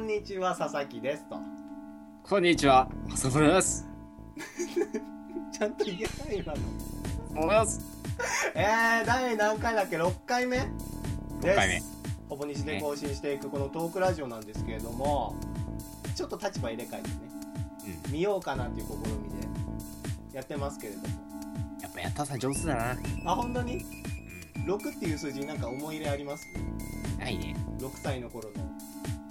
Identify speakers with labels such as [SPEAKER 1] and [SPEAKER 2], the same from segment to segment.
[SPEAKER 1] にちは、佐々木ですと。
[SPEAKER 2] こんにちは、浅村です。
[SPEAKER 1] ちゃんと言えない、今の。
[SPEAKER 2] おはようございます。
[SPEAKER 1] えー、第何回だっけ ?6 回目です。
[SPEAKER 2] 6回目
[SPEAKER 1] ほぼ日で更新していくこのトークラジオなんですけれども、ちょっと立場入れ替えてね、見ようかなっていう試みでやってますけれども。
[SPEAKER 2] やっぱやったさ上手だな。
[SPEAKER 1] あ、本当に
[SPEAKER 2] う
[SPEAKER 1] ?6 っていう数字になんか思い入れあります
[SPEAKER 2] ん。ないね。
[SPEAKER 1] 6歳の頃の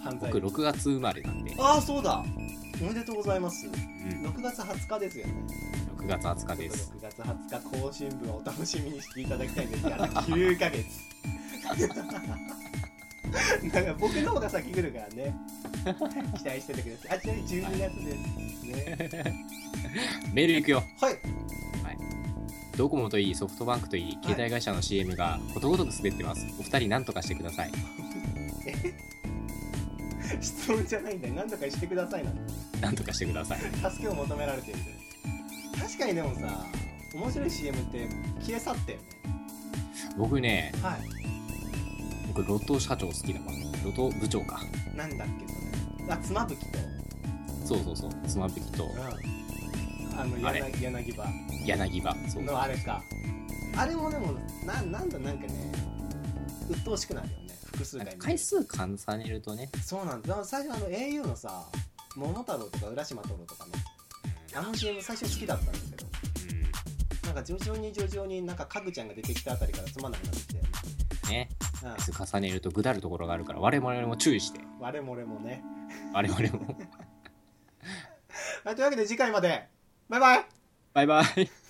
[SPEAKER 1] 犯罪
[SPEAKER 2] 僕6月生まれなんで。
[SPEAKER 1] ああそうだおめでとうございます
[SPEAKER 2] うん。
[SPEAKER 1] 6月20日ですよね
[SPEAKER 2] 6月20日です。
[SPEAKER 1] 6月20日更新分をお楽しみにしていただきたいんですが9ヶ月 だから僕の方が先来るからね期待しててくださいあちなみに12月ですね
[SPEAKER 2] メール行くよ。
[SPEAKER 1] はい
[SPEAKER 2] ドコモといい、ソフトバンクといい、携帯会社の CM がことごとく滑ってます。お二人何とかしてください。
[SPEAKER 1] 質問じゃないんだよ何とかしてくださいなんて
[SPEAKER 2] 何とかしてください。
[SPEAKER 1] 助けを求められている確かにでもさ面白い CM って消え去ったよね
[SPEAKER 2] 僕ね、
[SPEAKER 1] はい
[SPEAKER 2] 僕、ロット社長好きだわ。ロト部長か。
[SPEAKER 1] なんだっけそれあ妻夫木と
[SPEAKER 2] そうそうそう。つまぶきと
[SPEAKER 1] うんあの
[SPEAKER 2] あれ
[SPEAKER 1] 柳柳葉
[SPEAKER 2] 柳葉。そう。
[SPEAKER 1] のあれかあれもでもななんだなんかね鬱陶しくなるよね複数
[SPEAKER 2] な
[SPEAKER 1] 回
[SPEAKER 2] ん
[SPEAKER 1] 見
[SPEAKER 2] か
[SPEAKER 1] る
[SPEAKER 2] 回数重ねるとね、
[SPEAKER 1] そうなんだだから最初あの au のさ「桃太郎」とか「浦島太郎」とかねあの CM 最初好きだったんだけど
[SPEAKER 2] う
[SPEAKER 1] なんか徐々に徐々になんかかぐちゃんが出てきたあたりからつまんなくなってきて、
[SPEAKER 2] ん。ね。
[SPEAKER 1] うん
[SPEAKER 2] 回、数重ねるとぐだるところがあるから、我々も注意して。
[SPEAKER 1] 我々もね
[SPEAKER 2] 我々も。
[SPEAKER 1] はいというわけで次回までバイバイ
[SPEAKER 2] バイバイ。